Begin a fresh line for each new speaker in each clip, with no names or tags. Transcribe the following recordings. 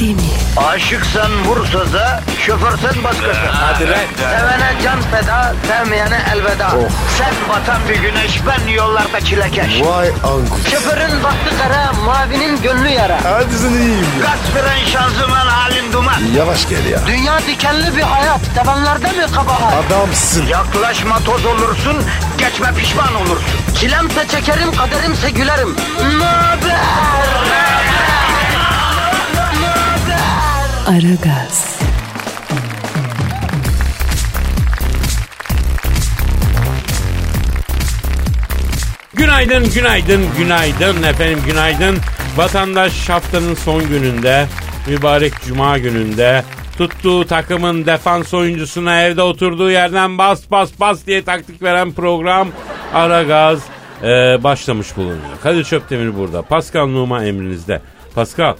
değil mi?
Aşıksan vursa da, şoförsen başkasın.
Hadi lan. Oh.
Sevene can feda, sevmeyene elveda. Sen batan bir güneş, ben yollarda çilekeş.
Vay anku.
Şoförün baktı kara, mavinin gönlü yara.
Hadi sen iyiyim ya.
Kasperen şanzıman halin duman.
Yavaş gel ya.
Dünya dikenli bir hayat, sevenlerde mi kabahar?
Adamsın.
Yaklaşma toz olursun, geçme pişman olursun. Çilemse çekerim, kaderimse gülerim. Möber!
Aragaz,
Günaydın, günaydın, günaydın efendim, günaydın. Vatandaş haftanın son gününde, mübarek cuma gününde tuttuğu takımın defans oyuncusuna evde oturduğu yerden bas bas bas diye taktik veren program Aragaz eee, başlamış bulunuyor. Kadir Çöptemir burada. Pascal Numa emrinizde. Pascal,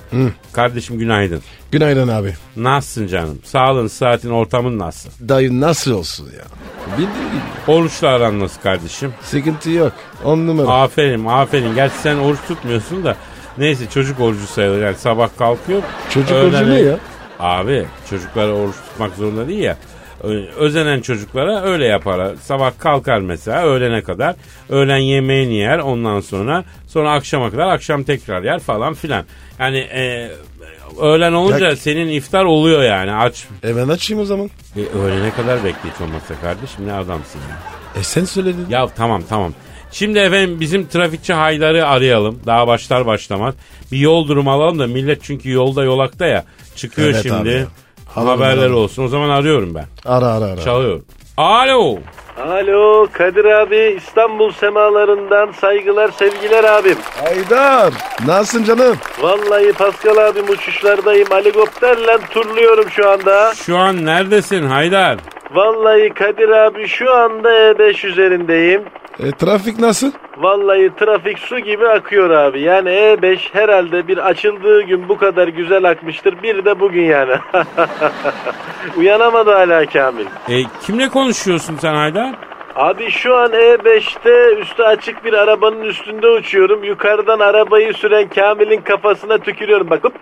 kardeşim günaydın.
Günaydın abi.
Nasılsın canım? Sağlığın, saatin, ortamın nasıl?
Dayı nasıl olsun ya? Bildiğin gibi.
Oruçla aran nasıl kardeşim?
Sıkıntı yok. On numara.
Aferin aferin. Gerçi sen oruç tutmuyorsun da neyse çocuk orucu sayılır. Yani sabah kalkıyor.
Çocuk orucu ne ya?
Abi çocuklara oruç tutmak zorunda değil ya. Ö- Özenen çocuklara öyle yapar. Sabah kalkar mesela öğlene kadar. Öğlen yemeğini yer ondan sonra. Sonra akşama kadar akşam tekrar yer falan filan. Yani e, öğlen olunca
Ya-
senin iftar oluyor yani aç.
E ben açayım o zaman.
E, öğlene kadar bekleyici olmasa kardeşim ne adamsın ya.
E sen söyledin.
Ya tamam tamam. Şimdi efendim bizim trafikçi Haydar'ı arayalım. Daha başlar başlamaz. Bir yol durumu alalım da millet çünkü yolda yolakta ya. Çıkıyor
Evet abi ya.
şimdi.
Alalım,
Haberler
alalım.
olsun. O zaman arıyorum ben.
Ara ara ara.
Çalıyorum. Alo.
Alo Kadir abi İstanbul semalarından saygılar sevgiler abim.
Haydar. Nasılsın canım?
Vallahi Pascal abim uçuşlardayım helikopterle turluyorum şu anda.
Şu an neredesin Haydar?
Vallahi Kadir abi şu anda E5 üzerindeyim.
E trafik nasıl?
Vallahi trafik su gibi akıyor abi. Yani E5 herhalde bir açıldığı gün bu kadar güzel akmıştır. Bir de bugün yani. Uyanamadı hala Kamil.
E, kimle konuşuyorsun sen Haydar?
Abi şu an E5'te üstü açık bir arabanın üstünde uçuyorum. Yukarıdan arabayı süren Kamil'in kafasına tükürüyorum. Bak hop.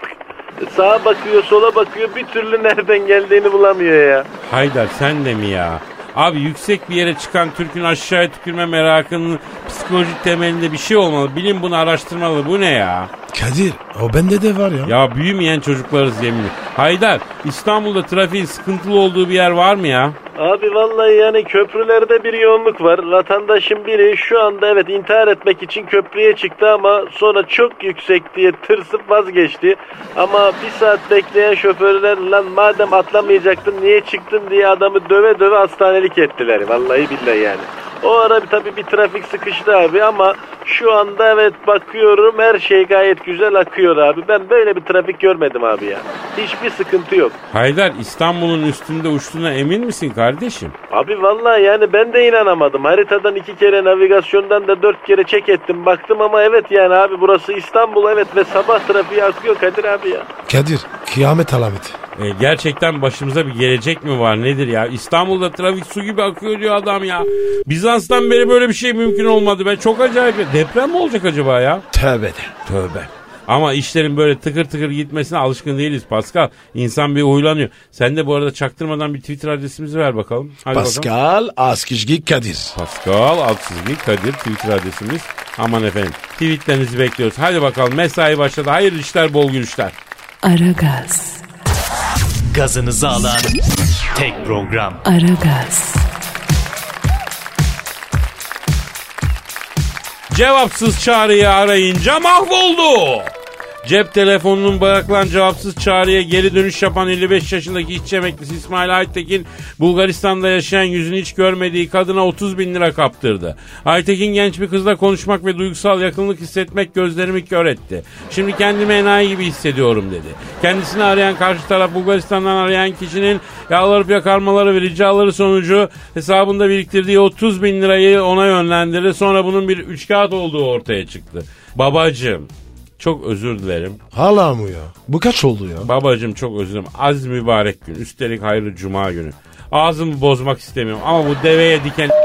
Sağa bakıyor, sola bakıyor. Bir türlü nereden geldiğini bulamıyor ya.
Haydar sen de mi ya? Abi yüksek bir yere çıkan Türk'ün aşağıya tükürme merakının psikolojik temelinde bir şey olmalı. Bilim bunu araştırmalı. Bu ne ya?
Kadir o bende de var ya.
Ya büyümeyen çocuklarız yeminle. Haydar İstanbul'da trafiğin sıkıntılı olduğu bir yer var mı ya?
Abi vallahi yani köprülerde bir yoğunluk var. Vatandaşın biri şu anda evet intihar etmek için köprüye çıktı ama sonra çok yüksek diye tırsıp vazgeçti. Ama bir saat bekleyen şoförler lan madem atlamayacaktın niye çıktın diye adamı döve döve hastanelik ettiler. Vallahi billahi yani. O ara bir- tabii bir trafik sıkıştı abi ama şu anda evet bakıyorum her şey gayet güzel akıyor abi. Ben böyle bir trafik görmedim abi ya. Hiçbir sıkıntı yok.
Haydar İstanbul'un üstünde uçtuğuna emin misin kardeşim?
Abi vallahi yani ben de inanamadım. Haritadan iki kere navigasyondan da dört kere çek ettim. Baktım ama evet yani abi burası İstanbul evet ve sabah trafiği akıyor Kadir abi ya.
Kadir kıyamet alameti.
E, gerçekten başımıza bir gelecek mi var nedir ya? İstanbul'da trafik su gibi akıyor diyor adam ya. Bizans'tan beri böyle bir şey mümkün olmadı. Ben çok acayip. Deprem mi olacak acaba ya?
Tövbe de.
Tövbe. Ama işlerin böyle tıkır tıkır gitmesine alışkın değiliz Pascal. İnsan bir huylanıyor. Sen de bu arada çaktırmadan bir Twitter adresimizi ver bakalım. Hadi bakalım.
Pascal Askizgi Kadir.
Pascal Altçizgi Kadir Twitter adresimiz. Aman efendim tweetlerinizi bekliyoruz. Hadi bakalım mesai başladı. Hayırlı işler bol gülüşler.
Aragaz,
gazınızı alan tek program.
Aragaz,
Cevapsız çağrıyı arayınca mahvoldu. Cep telefonunun bırakılan cevapsız çağrıya geri dönüş yapan 55 yaşındaki işçi emeklisi İsmail Aytekin Bulgaristan'da yaşayan yüzünü hiç görmediği kadına 30 bin lira kaptırdı. Aytekin genç bir kızla konuşmak ve duygusal yakınlık hissetmek gözlerimi kör etti. Şimdi kendimi enayi gibi hissediyorum dedi. Kendisini arayan karşı taraf Bulgaristan'dan arayan kişinin yalvarıp yakarmaları ve ricaları sonucu hesabında biriktirdiği 30 bin lirayı ona yönlendirdi. Sonra bunun bir üç kağıt olduğu ortaya çıktı. Babacığım çok özür dilerim.
Hala mı ya? Bu kaç oldu ya?
Babacığım çok özür dilerim. Az mübarek gün. Üstelik hayırlı cuma günü. Ağzımı bozmak istemiyorum ama bu deveye diken...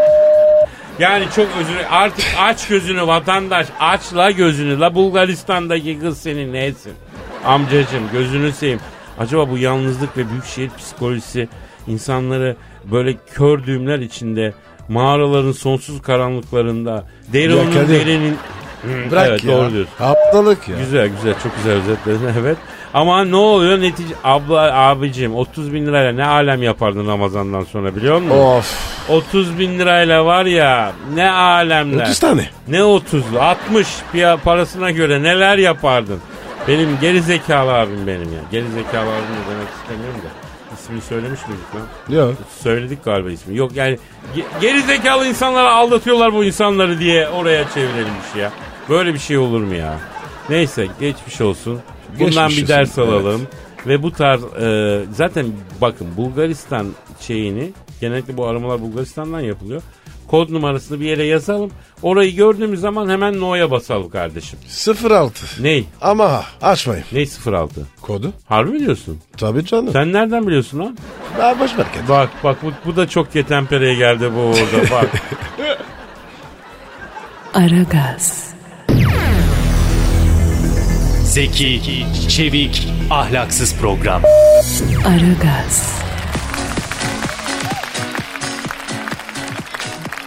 Yani çok özür Artık aç gözünü vatandaş. Aç la gözünü. La Bulgaristan'daki kız senin neysin? Amcacım gözünü seveyim. Acaba bu yalnızlık ve büyükşehir psikolojisi insanları böyle kör düğümler içinde mağaraların sonsuz karanlıklarında
Ya
Deron'un
Kadir,
derinin Hı,
Bırak
evet,
ya.
doğru diyorsun.
Aptallık ya.
Güzel güzel çok güzel özetledin evet. Ama ne oluyor netice abla abicim 30 bin lirayla ne alem yapardın Ramazan'dan sonra biliyor musun?
Of.
30 bin lirayla var ya ne alemler.
30 tane.
Ne 30'lu 60 piya parasına göre neler yapardın? Benim geri zekalı abim benim ya. Geri zekalı abim de demek istemiyorum da. İsmini söylemiş miydik lan?
Yok.
Söyledik galiba ismi. Yok yani ge- geri zekalı insanlara aldatıyorlar bu insanları diye oraya çevirilmiş ya. Böyle bir şey olur mu ya? Neyse geçmiş olsun. Bundan
Geçmiş
bir ders
olsun,
alalım. Ve bu tarz e, zaten bakın Bulgaristan şeyini genellikle bu aramalar Bulgaristan'dan yapılıyor. Kod numarasını bir yere yazalım. Orayı gördüğümüz zaman hemen no'ya basalım kardeşim.
06.
Ney?
Ama açmayın.
Ney 06?
Kodu.
Harbi mi diyorsun?
Tabii canım.
Sen nereden biliyorsun lan?
Daha boş ver Kadir.
Bak bak bu, bu da çok ketempereye geldi bu orada bak.
Aragaz,
Zeki, çevik, ahlaksız program.
Aragaz,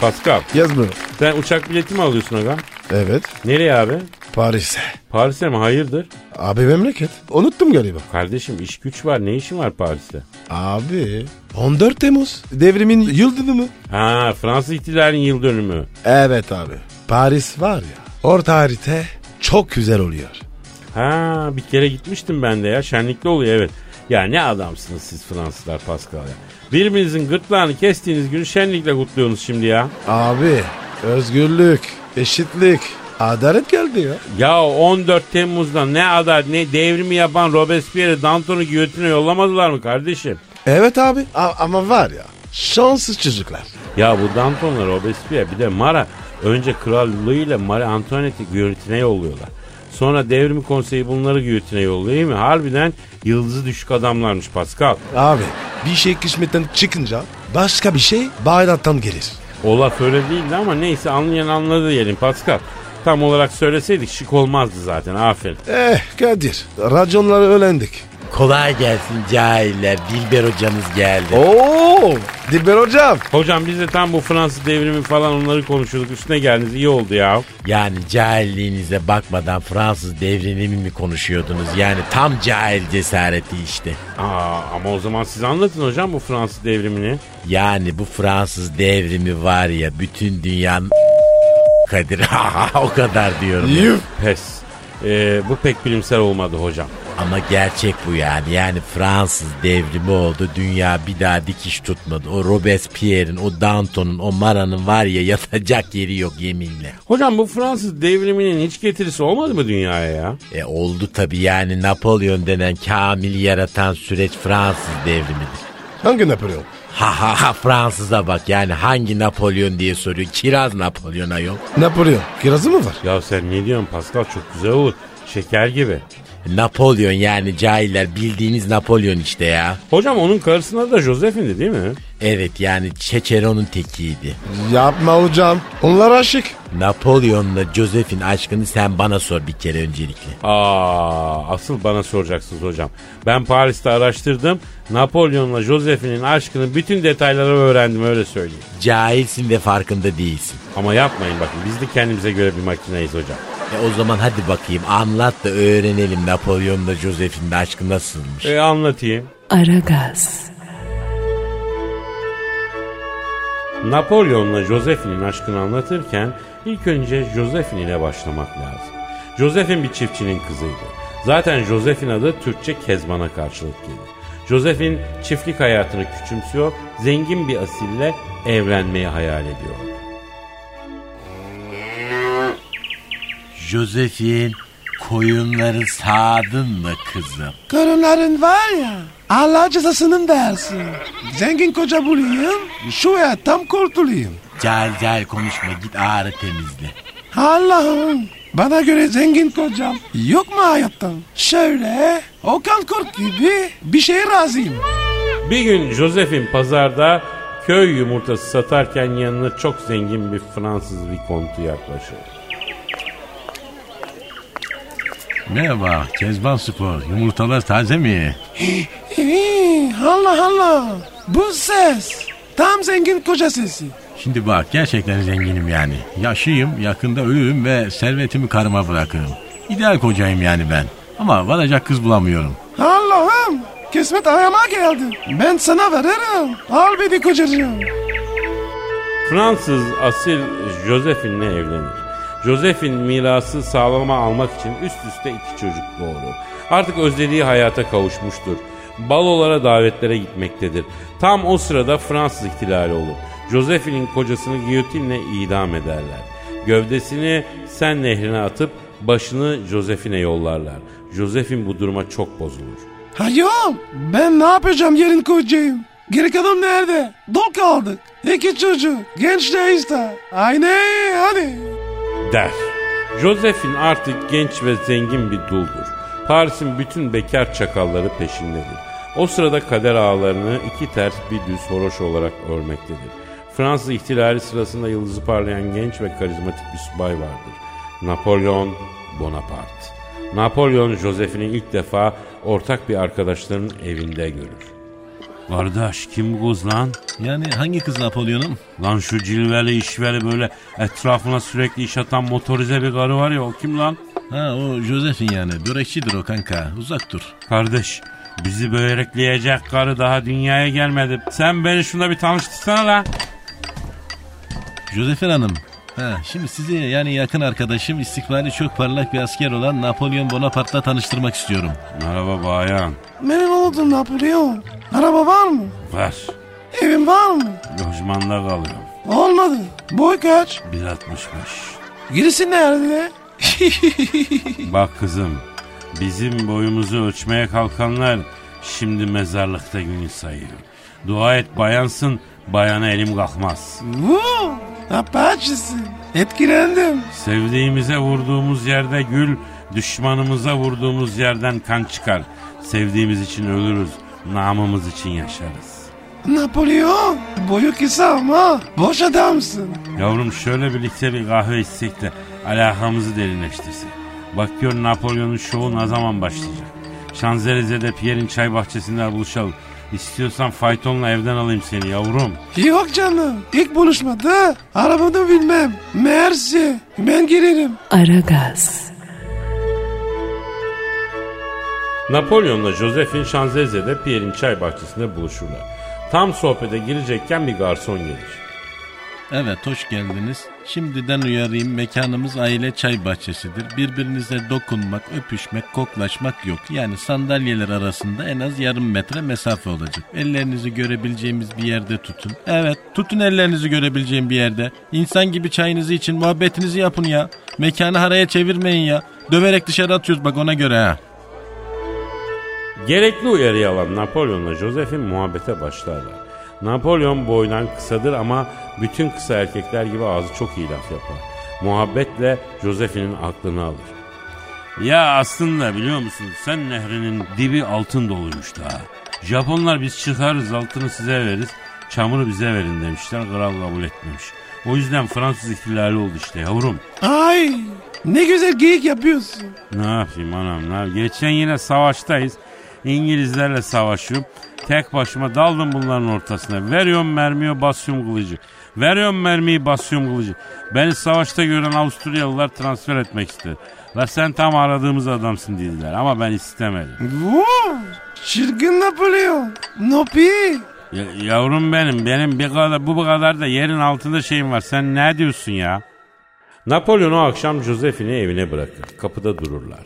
Pascal
Yazmıyorum.
sen uçak bileti mi alıyorsun aga?
Evet.
Nereye abi?
Paris'e.
Paris'e mi? Hayırdır?
Abi memleket. Unuttum galiba.
Kardeşim iş güç var. Ne işin var Paris'te?
Abi. 14 Temmuz. Devrimin yıl dönümü.
Ha Fransız ihtilalinin yıl dönümü.
Evet abi. Paris var ya. Orta harita çok güzel oluyor.
Ha bir kere gitmiştim ben de ya. Şenlikli oluyor evet. Ya ne adamsınız siz Fransızlar Pascal ya. Birbirinizin gırtlağını kestiğiniz günü şenlikle kutluyorsunuz şimdi ya.
Abi. Özgürlük. Eşitlik. Adalet geldi ya.
Ya 14 Temmuz'da ne adar ne devrimi yapan Robespierre Danton'u giyotine yollamadılar mı kardeşim?
Evet abi. A- ama var ya. Şanssız çocuklar.
Ya bu Danton'la Robespierre bir de Mara önce krallığıyla Marie Antoinette'i güyotine yolluyorlar. Sonra devrim konseyi bunları güyotine yolluyor değil mi? Harbiden yıldızı düşük adamlarmış Pascal.
Abi. Bir şey kısmetten çıkınca başka bir şey bayraktan gelir.
O laf öyle değildi ama neyse anlayan anladı diyelim Pascal. Tam olarak söyleseydik şık olmazdı zaten aferin.
Eh Kadir. Raconları öğrendik.
Kolay gelsin cahiller. Dilber hocanız geldi.
Oo, Dilber hocam.
Hocam biz de tam bu Fransız devrimi falan onları konuşuyorduk üstüne geldiniz iyi oldu ya.
Yani cahilliğinize bakmadan Fransız devrimini mi konuşuyordunuz? Yani tam cahil cesareti işte.
Aa, ama o zaman siz anlatın hocam bu Fransız devrimini.
Yani bu Fransız devrimi var ya bütün dünyanın Kadir o kadar diyorum. ya.
Pes. Ee, bu pek bilimsel olmadı hocam.
Ama gerçek bu yani. Yani Fransız devrimi oldu. Dünya bir daha dikiş tutmadı. O Robespierre'in, o Danton'un, o Mara'nın var ya yatacak yeri yok yeminle.
Hocam bu Fransız devriminin hiç getirisi olmadı mı dünyaya ya?
E oldu tabii yani Napolyon denen kamil yaratan süreç Fransız devrimidir.
Hangi Napolyon?
Ha ha ha Fransız'a bak yani hangi Napolyon diye soruyor. Kiraz Napolyon'a yok.
Napolyon. Kirazı mı var?
Ya sen ne diyorsun Pascal çok güzel olur. Şeker gibi.
Napolyon yani cahiller bildiğiniz Napolyon işte ya.
Hocam onun karısına da Joseph'indi değil mi?
Evet yani Çeçeron'un tekiydi.
Yapma hocam. Onlar aşık.
Napolyon'la Joseph'in aşkını sen bana sor bir kere öncelikle.
Aa, asıl bana soracaksınız hocam. Ben Paris'te araştırdım. Napolyon'la Joseph'inin aşkını bütün detayları öğrendim öyle söyleyeyim.
Cahilsin ve farkında değilsin.
Ama yapmayın bakın biz de kendimize göre bir makineyiz hocam.
E o zaman hadi bakayım anlat da öğrenelim Napolyon'la Joseph'in de aşkı nasılmış.
E anlatayım.
Aragaz,
Napolyon'la Josephine aşkını anlatırken ilk önce Josephine ile başlamak lazım. Josephine bir çiftçinin kızıydı. Zaten Josephine adı Türkçe Kezban'a karşılık gelir. Josephine çiftlik hayatını küçümsüyor, zengin bir asille evlenmeyi hayal ediyor.
Joseph'in koyunları sağdın mı kızım?
Karınların var ya. Allah cezasının versin. Zengin koca bulayım. Şu ya tam kurtulayım.
Cahil cahil konuşma git ağrı temizle.
Allah'ım. Bana göre zengin kocam yok mu hayatta? Şöyle Okan Kurt gibi bir şeye razıyım.
Bir gün Josephine pazarda Köy yumurtası satarken yanına çok zengin bir Fransız vikontu yaklaşıyor.
Merhaba Kezban Spor. Yumurtalar taze mi?
Ee, Allah Allah. Bu ses. Tam zengin koca sesi.
Şimdi bak gerçekten zenginim yani. Yaşlıyım, yakında ölürüm ve servetimi karıma bırakırım. İdeal kocayım yani ben. Ama varacak kız bulamıyorum.
Allah'ım. Kısmet ayağıma geldi. Ben sana veririm. Al beni kocacığım.
Fransız asil Josephine'le evlenir. Josephine mirası sağlama almak için üst üste iki çocuk doğurur. Artık özlediği hayata kavuşmuştur. Balolara davetlere gitmektedir. Tam o sırada Fransız ihtilali olur. Josephine'in kocasını giyotinle idam ederler. Gövdesini Sen nehrine atıp başını Josephine'e yollarlar. Josephine bu duruma çok bozulur.
Hayol. Ben ne yapacağım yarın kocayım? Geri kalan nerede? Dok aldık. İki çocuk. Gençler işte. Aynı hadi.
der. Josephine artık genç ve zengin bir duldur. Paris'in bütün bekar çakalları peşindedir. O sırada kader ağlarını iki ters bir düz horoş olarak örmektedir. Fransız ihtilali sırasında yıldızı parlayan genç ve karizmatik bir subay vardır. Napolyon Bonaparte. Napolyon Josephine'i ilk defa ortak bir arkadaşlarının evinde görür. Kardeş kim bu kız lan?
Yani hangi kız Napolyon'um?
Lan şu cilveli işveli böyle etrafına sürekli iş atan motorize bir karı var ya o kim lan?
Ha o Josephine yani. Börekçidir o kanka. Uzak dur.
Kardeş bizi börekleyecek karı daha dünyaya gelmedi. Sen beni şuna bir tanıştırsana la.
Josephine Hanım. Ha, şimdi sizi yani yakın arkadaşım istikbali çok parlak bir asker olan Napolyon Bonaparte'la tanıştırmak istiyorum.
Merhaba bayan.
Memnun oldum Napolyon. Araba var mı?
Ver.
Evin var mı?
Lojmanda kalıyorum.
Olmadı. Boy kaç?
1.65.
Girisi nerede?
Bak kızım bizim boyumuzu ölçmeye kalkanlar şimdi mezarlıkta günü sayıyor. Dua et bayansın bayana elim kalkmaz.
Vuu. Apaçısı. Etkilendim.
Sevdiğimize vurduğumuz yerde gül, düşmanımıza vurduğumuz yerden kan çıkar. Sevdiğimiz için ölürüz, namımız için yaşarız.
Napolyon. Boyu kısa ama boş adamsın.
Yavrum şöyle birlikte bir kahve içsek de alakamızı derinleştirsek. Bak gör Napolyon'un şovu ne zaman başlayacak. Şanzelize'de Pierre'in çay bahçesinde buluşalım. İstiyorsan faytonla evden alayım seni yavrum.
Yok canım. İlk buluşmada arabamı bilmem. Mersi. Ben girerim.
Aragaz.
Napolyon'la Josephine Şanzelize'de Pierre'in çay bahçesinde buluşurlar. Tam sohbete girecekken bir garson gelir.
Evet hoş geldiniz. Şimdiden uyarayım mekanımız aile çay bahçesidir. Birbirinize dokunmak, öpüşmek, koklaşmak yok. Yani sandalyeler arasında en az yarım metre mesafe olacak. Ellerinizi görebileceğimiz bir yerde tutun. Evet tutun ellerinizi görebileceğim bir yerde. İnsan gibi çayınızı için muhabbetinizi yapın ya. Mekanı haraya çevirmeyin ya. Döverek dışarı atıyoruz bak ona göre ha.
Gerekli uyarıyı alan Napolyon'la Joseph'in muhabbete başlarlar. Napolyon boydan kısadır ama bütün kısa erkekler gibi ağzı çok iyi laf yapar. Muhabbetle Joseph'in aklını alır. Ya aslında biliyor musun sen nehrinin dibi altın doluymuş daha. Japonlar biz çıkarız altını size veririz, çamuru bize verin demişler kral kabul etmemiş. O yüzden Fransız ihtilali oldu işte yavrum.
Ay. Ne güzel geyik yapıyorsun.
Ne yapayım anam ne yap- Geçen yine savaştayız. İngilizlerle savaşıyorum. Tek başıma daldım bunların ortasına. Veriyorum mermiyi basıyorum kılıcı. Veriyorum mermiyi basıyorum kılıcı. Beni savaşta gören Avusturyalılar transfer etmek istedi. La sen tam aradığımız adamsın dediler ama ben istemedim.
Vuu. Çirkin Napolyon. Nopi.
Ya- yavrum benim, benim bir kadar, bu kadar da yerin altında şeyim var. Sen ne diyorsun ya? Napolyon o akşam Josephine'i evine bırakır. Kapıda dururlar.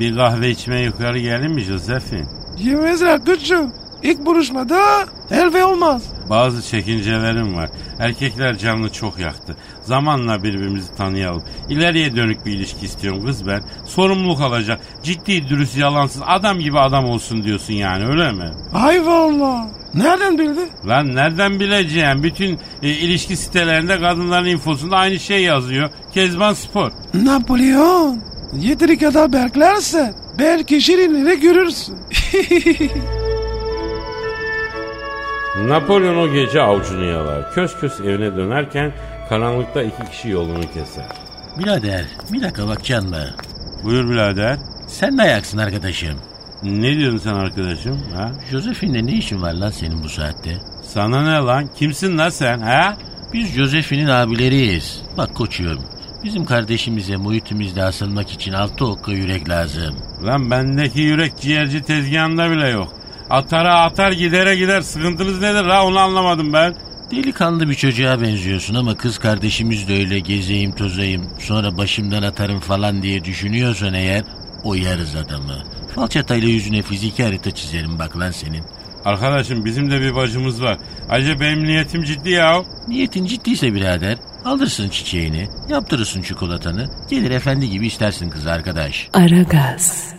Bir kahve içmeye yukarı gelin mi Josephine?
Yemezler küçüm. İlk buluşmada elve olmaz.
Bazı çekincelerim var. Erkekler canını çok yaktı. Zamanla birbirimizi tanıyalım. İleriye dönük bir ilişki istiyorum kız ben. Sorumluluk alacak. Ciddi, dürüst, yalansız adam gibi adam olsun diyorsun yani öyle mi?
Ay valla. Nereden bildi?
Lan nereden bileceğim? Bütün e, ilişki sitelerinde kadınların infosunda aynı şey yazıyor. Kezban Spor.
Napolyon. Yeteri kadar beklersen belki şirinleri görürsün.
Napolyon o gece avcunu yalar. Kös kös evine dönerken karanlıkta iki kişi yolunu keser.
Birader bir dakika bakacaksın mı?
Buyur birader.
Sen ne ayaksın arkadaşım?
Ne diyorsun sen arkadaşım? Ha?
Josefin'le ne işin var lan senin bu saatte?
Sana ne lan? Kimsin lan sen? Ha?
Biz Josefin'in abileriyiz. Bak koçum bizim kardeşimize muhitimizde asılmak için altı okka yürek lazım.
Lan bendeki yürek ciğerci tezgahında bile yok. Atara atar gidere gider. Sıkıntınız nedir la onu anlamadım ben.
Delikanlı bir çocuğa benziyorsun ama kız kardeşimiz de öyle gezeyim tozayım sonra başımdan atarım falan diye düşünüyorsan eğer oyarız adamı. Falçatayla yüzüne fiziki harita çizerim bak lan senin.
Arkadaşım bizim de bir bacımız var. Ayrıca benim niyetim ciddi ya.
Niyetin ciddiyse birader alırsın çiçeğini, yaptırırsın çikolatanı, gelir efendi gibi istersin kızı arkadaş.
Aragaz.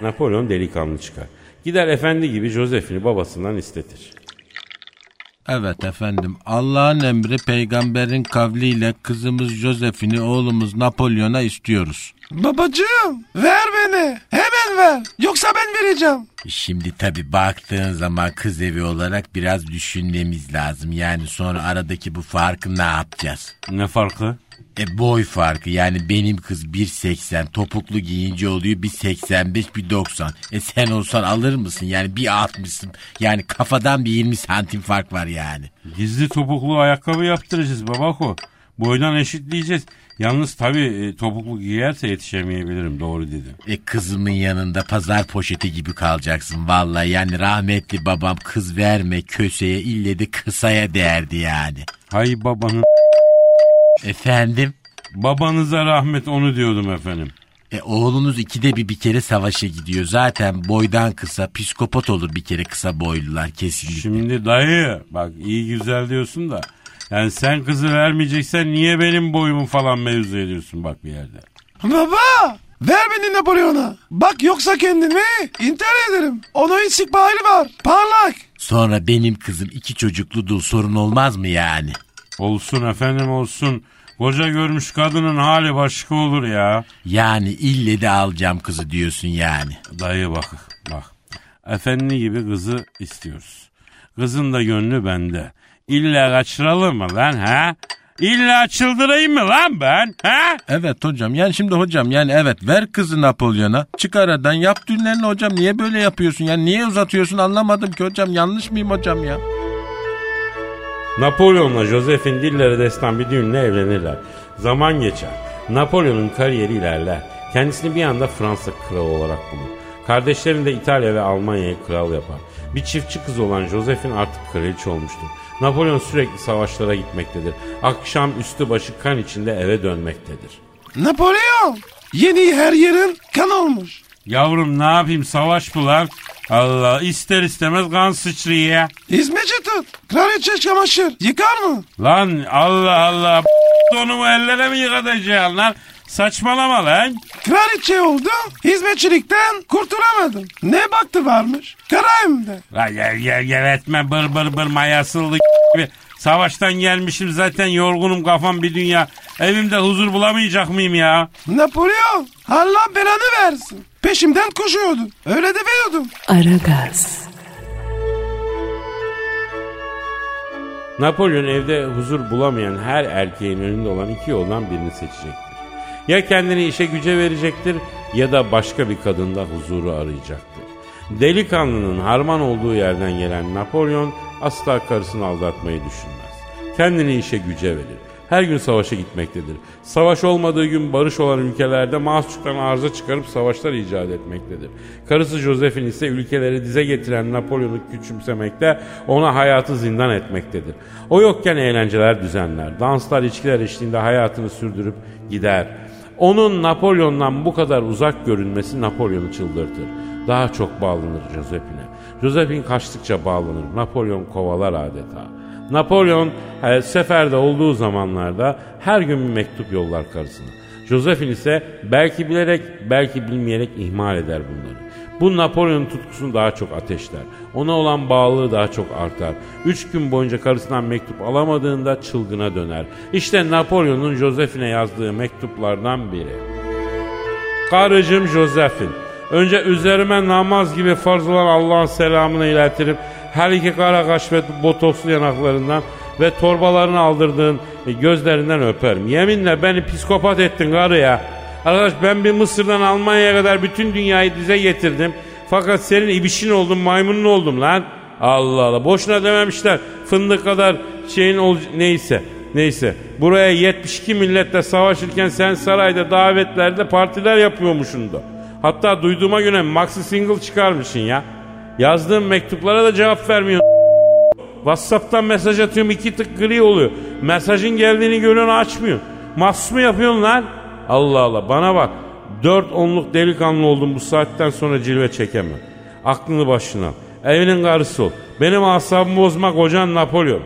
Napolyon delikanlı çıkar. Gider efendi gibi Joseph'ini babasından istetir.
Evet efendim Allah'ın emri peygamberin kavliyle kızımız Josefini oğlumuz Napolyon'a istiyoruz.
Babacığım ver beni. Hemen ver. Yoksa ben vereceğim.
Şimdi tabi baktığın zaman kız evi olarak biraz düşünmemiz lazım. Yani sonra aradaki bu farkı ne yapacağız?
Ne farkı?
E boy farkı yani benim kız 1.80 topuklu giyince oluyor 1.85 1.90. E sen olsan alır mısın yani 1.60'sın yani kafadan bir 20 santim fark var yani.
Gizli topuklu ayakkabı yaptıracağız babako. Boydan eşitleyeceğiz. Yalnız tabii e, topuklu giyerse yetişemeyebilirim doğru dedi.
E kızımın yanında pazar poşeti gibi kalacaksın vallahi yani rahmetli babam kız verme köseye ille de kısaya derdi yani.
Hay babanın.
Efendim?
Babanıza rahmet onu diyordum efendim.
E oğlunuz ikide bir bir kere savaşa gidiyor. Zaten boydan kısa psikopat olur bir kere kısa boylular kesinlikle.
Şimdi dayı bak iyi güzel diyorsun da. Yani sen kızı vermeyeceksen niye benim boyumu falan mevzu ediyorsun bak bir yerde.
Baba ver beni Napolyon'a. Bak yoksa kendimi intihar ederim. Onun istikbali var. Parlak.
Sonra benim kızım iki çocuklu dul sorun olmaz mı yani?
Olsun efendim olsun. Koca görmüş kadının hali başka olur ya.
Yani ille de alacağım kızı diyorsun yani.
Dayı bak bak. Efendi gibi kızı istiyoruz. Kızın da gönlü bende. İlla kaçıralım mı lan ha? İlla çıldırayım mı lan ben ha?
Evet hocam yani şimdi hocam yani evet ver kızı Napolyon'a çık aradan yap düğünlerini hocam niye böyle yapıyorsun yani niye uzatıyorsun anlamadım ki hocam yanlış mıyım hocam ya?
Napolyon'la Joseph'in dillere destan bir düğünle evlenirler. Zaman geçer. Napolyon'un kariyeri ilerler. Kendisini bir anda Fransa kralı olarak bulur. Kardeşlerini de İtalya ve Almanya'ya kral yapar. Bir çiftçi kız olan Joseph'in artık kraliçe olmuştur. Napolyon sürekli savaşlara gitmektedir. Akşam üstü başı kan içinde eve dönmektedir.
Napolyon. Yeni her yerin kan olmuş.
Yavrum ne yapayım savaş mı lan? Allah ister istemez kan sıçrıyor ya.
Hizmetçi tut. Kraliçe çamaşır. Yıkar mı?
Lan Allah Allah donumu ellere mi yıkatacaksın lan? Saçmalama lan.
Kraliçe oldu. Hizmetçilikten kurtulamadım. Ne baktı varmış? Karayımda.
Lan gel gel gel etme bır bır bır mayasıldı gibi. Savaştan gelmişim zaten yorgunum kafam bir dünya. Evimde huzur bulamayacak mıyım ya?
Napolyon. Allah belanı versin. Peşimden koşuyordun. Öyle demiyordum.
Aragaz.
Napolyon evde huzur bulamayan her erkeğin önünde olan iki yoldan birini seçecektir. Ya kendini işe güce verecektir ya da başka bir kadında huzuru arayacaktır. Delikanlının harman olduğu yerden gelen Napolyon asla karısını aldatmayı düşünmez. Kendini işe güce verir. Her gün savaşa gitmektedir. Savaş olmadığı gün barış olan ülkelerde mahsusçuktan arıza çıkarıp savaşlar icat etmektedir. Karısı Josephine ise ülkeleri dize getiren Napolyon'u küçümsemekte, ona hayatı zindan etmektedir. O yokken eğlenceler düzenler, danslar içkiler eşliğinde hayatını sürdürüp gider. Onun Napolyon'dan bu kadar uzak görünmesi Napolyon'u çıldırtır. Daha çok bağlanır Josephine. Josephine kaçtıkça bağlanır. Napolyon kovalar adeta. Napolyon e, seferde olduğu zamanlarda her gün bir mektup yollar karısına. Josephine ise belki bilerek belki bilmeyerek ihmal eder bunları. Bu Napolyon'un tutkusunu daha çok ateşler. Ona olan bağlılığı daha çok artar. Üç gün boyunca karısından mektup alamadığında çılgına döner. İşte Napolyon'un Josephine yazdığı mektuplardan biri. Karıcım Josephine. Önce üzerime namaz gibi farz olan Allah'ın selamını iletirim. her iki kara kaş ve botokslu yanaklarından ve torbalarını aldırdığın e, gözlerinden öperim. Yeminle beni psikopat ettin karı ya. Arkadaş ben bir Mısır'dan Almanya'ya kadar bütün dünyayı dize getirdim. Fakat senin ibişin oldum, maymunun oldum lan. Allah Allah. Boşuna dememişler. Fındık kadar şeyin ol neyse. Neyse. Buraya 72 milletle savaşırken sen sarayda davetlerde partiler yapıyormuşsun da. Hatta duyduğuma göre maxi single çıkarmışsın ya. Yazdığım mektuplara da cevap vermiyorsun. Whatsapp'tan mesaj atıyorum iki tık gri oluyor. Mesajın geldiğini görüyorsun açmıyorsun. Mahsus mu yapıyorsun lan? Allah Allah bana bak. Dört onluk delikanlı oldum bu saatten sonra cilve çekemem. Aklını başına al. Evinin karısı ol. Benim asabımı bozma kocan Napolyon.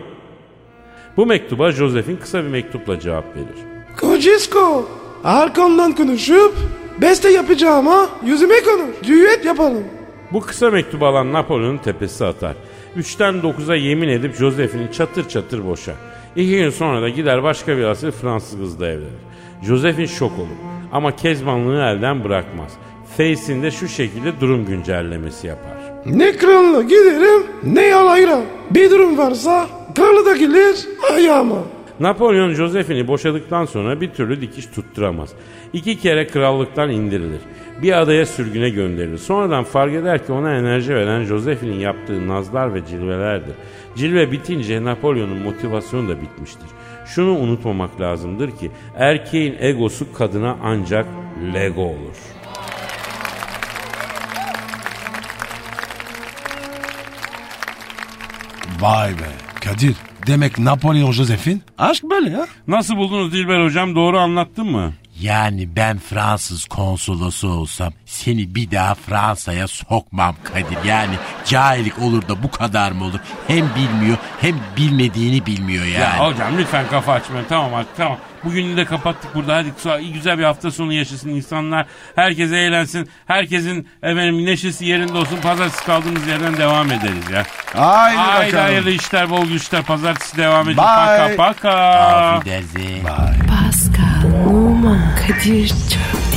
Bu mektuba Joseph'in kısa bir mektupla cevap verir.
Kocisko arkamdan konuşup beste yapacağım ha. Yüzüme konuş. Düet yapalım.
Bu kısa mektubu alan Napolyon'un tepesi atar. 3'ten 9'a yemin edip Joseph'ini çatır çatır boşar. İki gün sonra da gider başka bir asil Fransız kızla evlenir. Joseph'in şok olur ama kezbanlığını elden bırakmaz. Face'inde şu şekilde durum güncellemesi yapar.
Ne kralına giderim ne yalayla. Bir durum varsa kralı da gelir ayağıma.
Napolyon Joseph'ini boşadıktan sonra bir türlü dikiş tutturamaz. İki kere krallıktan indirilir. Bir adaya sürgüne gönderilir. Sonradan fark eder ki ona enerji veren Joseph'inin yaptığı nazlar ve cilvelerdir. Cilve bitince Napolyon'un motivasyonu da bitmiştir. Şunu unutmamak lazımdır ki erkeğin egosu kadına ancak Lego olur.
Vay be. Kadir demek Napolyon Joseph'in aşk böyle ya.
Nasıl buldunuz Dilber hocam doğru anlattın mı?
Yani ben Fransız konsolosu olsam seni bir daha Fransa'ya sokmam Kadir. Yani cahillik olur da bu kadar mı olur? Hem bilmiyor hem bilmediğini bilmiyor yani.
Ya hocam lütfen kafa açmayın tamam artık tamam. Bugünü de kapattık burada hadi sağ- güzel bir hafta sonu yaşasın insanlar. Herkes eğlensin. Herkesin efendim neşesi yerinde olsun. Pazartesi kaldığımız yerden devam ederiz ya.
Haydi
Haydi
bakalım.
hayırlı işler bol güçler. Pazartesi devam edin. Paka
Bye.
paka.
Affedersin.
Pascal, Oman, Kadir çok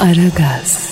Aragaz.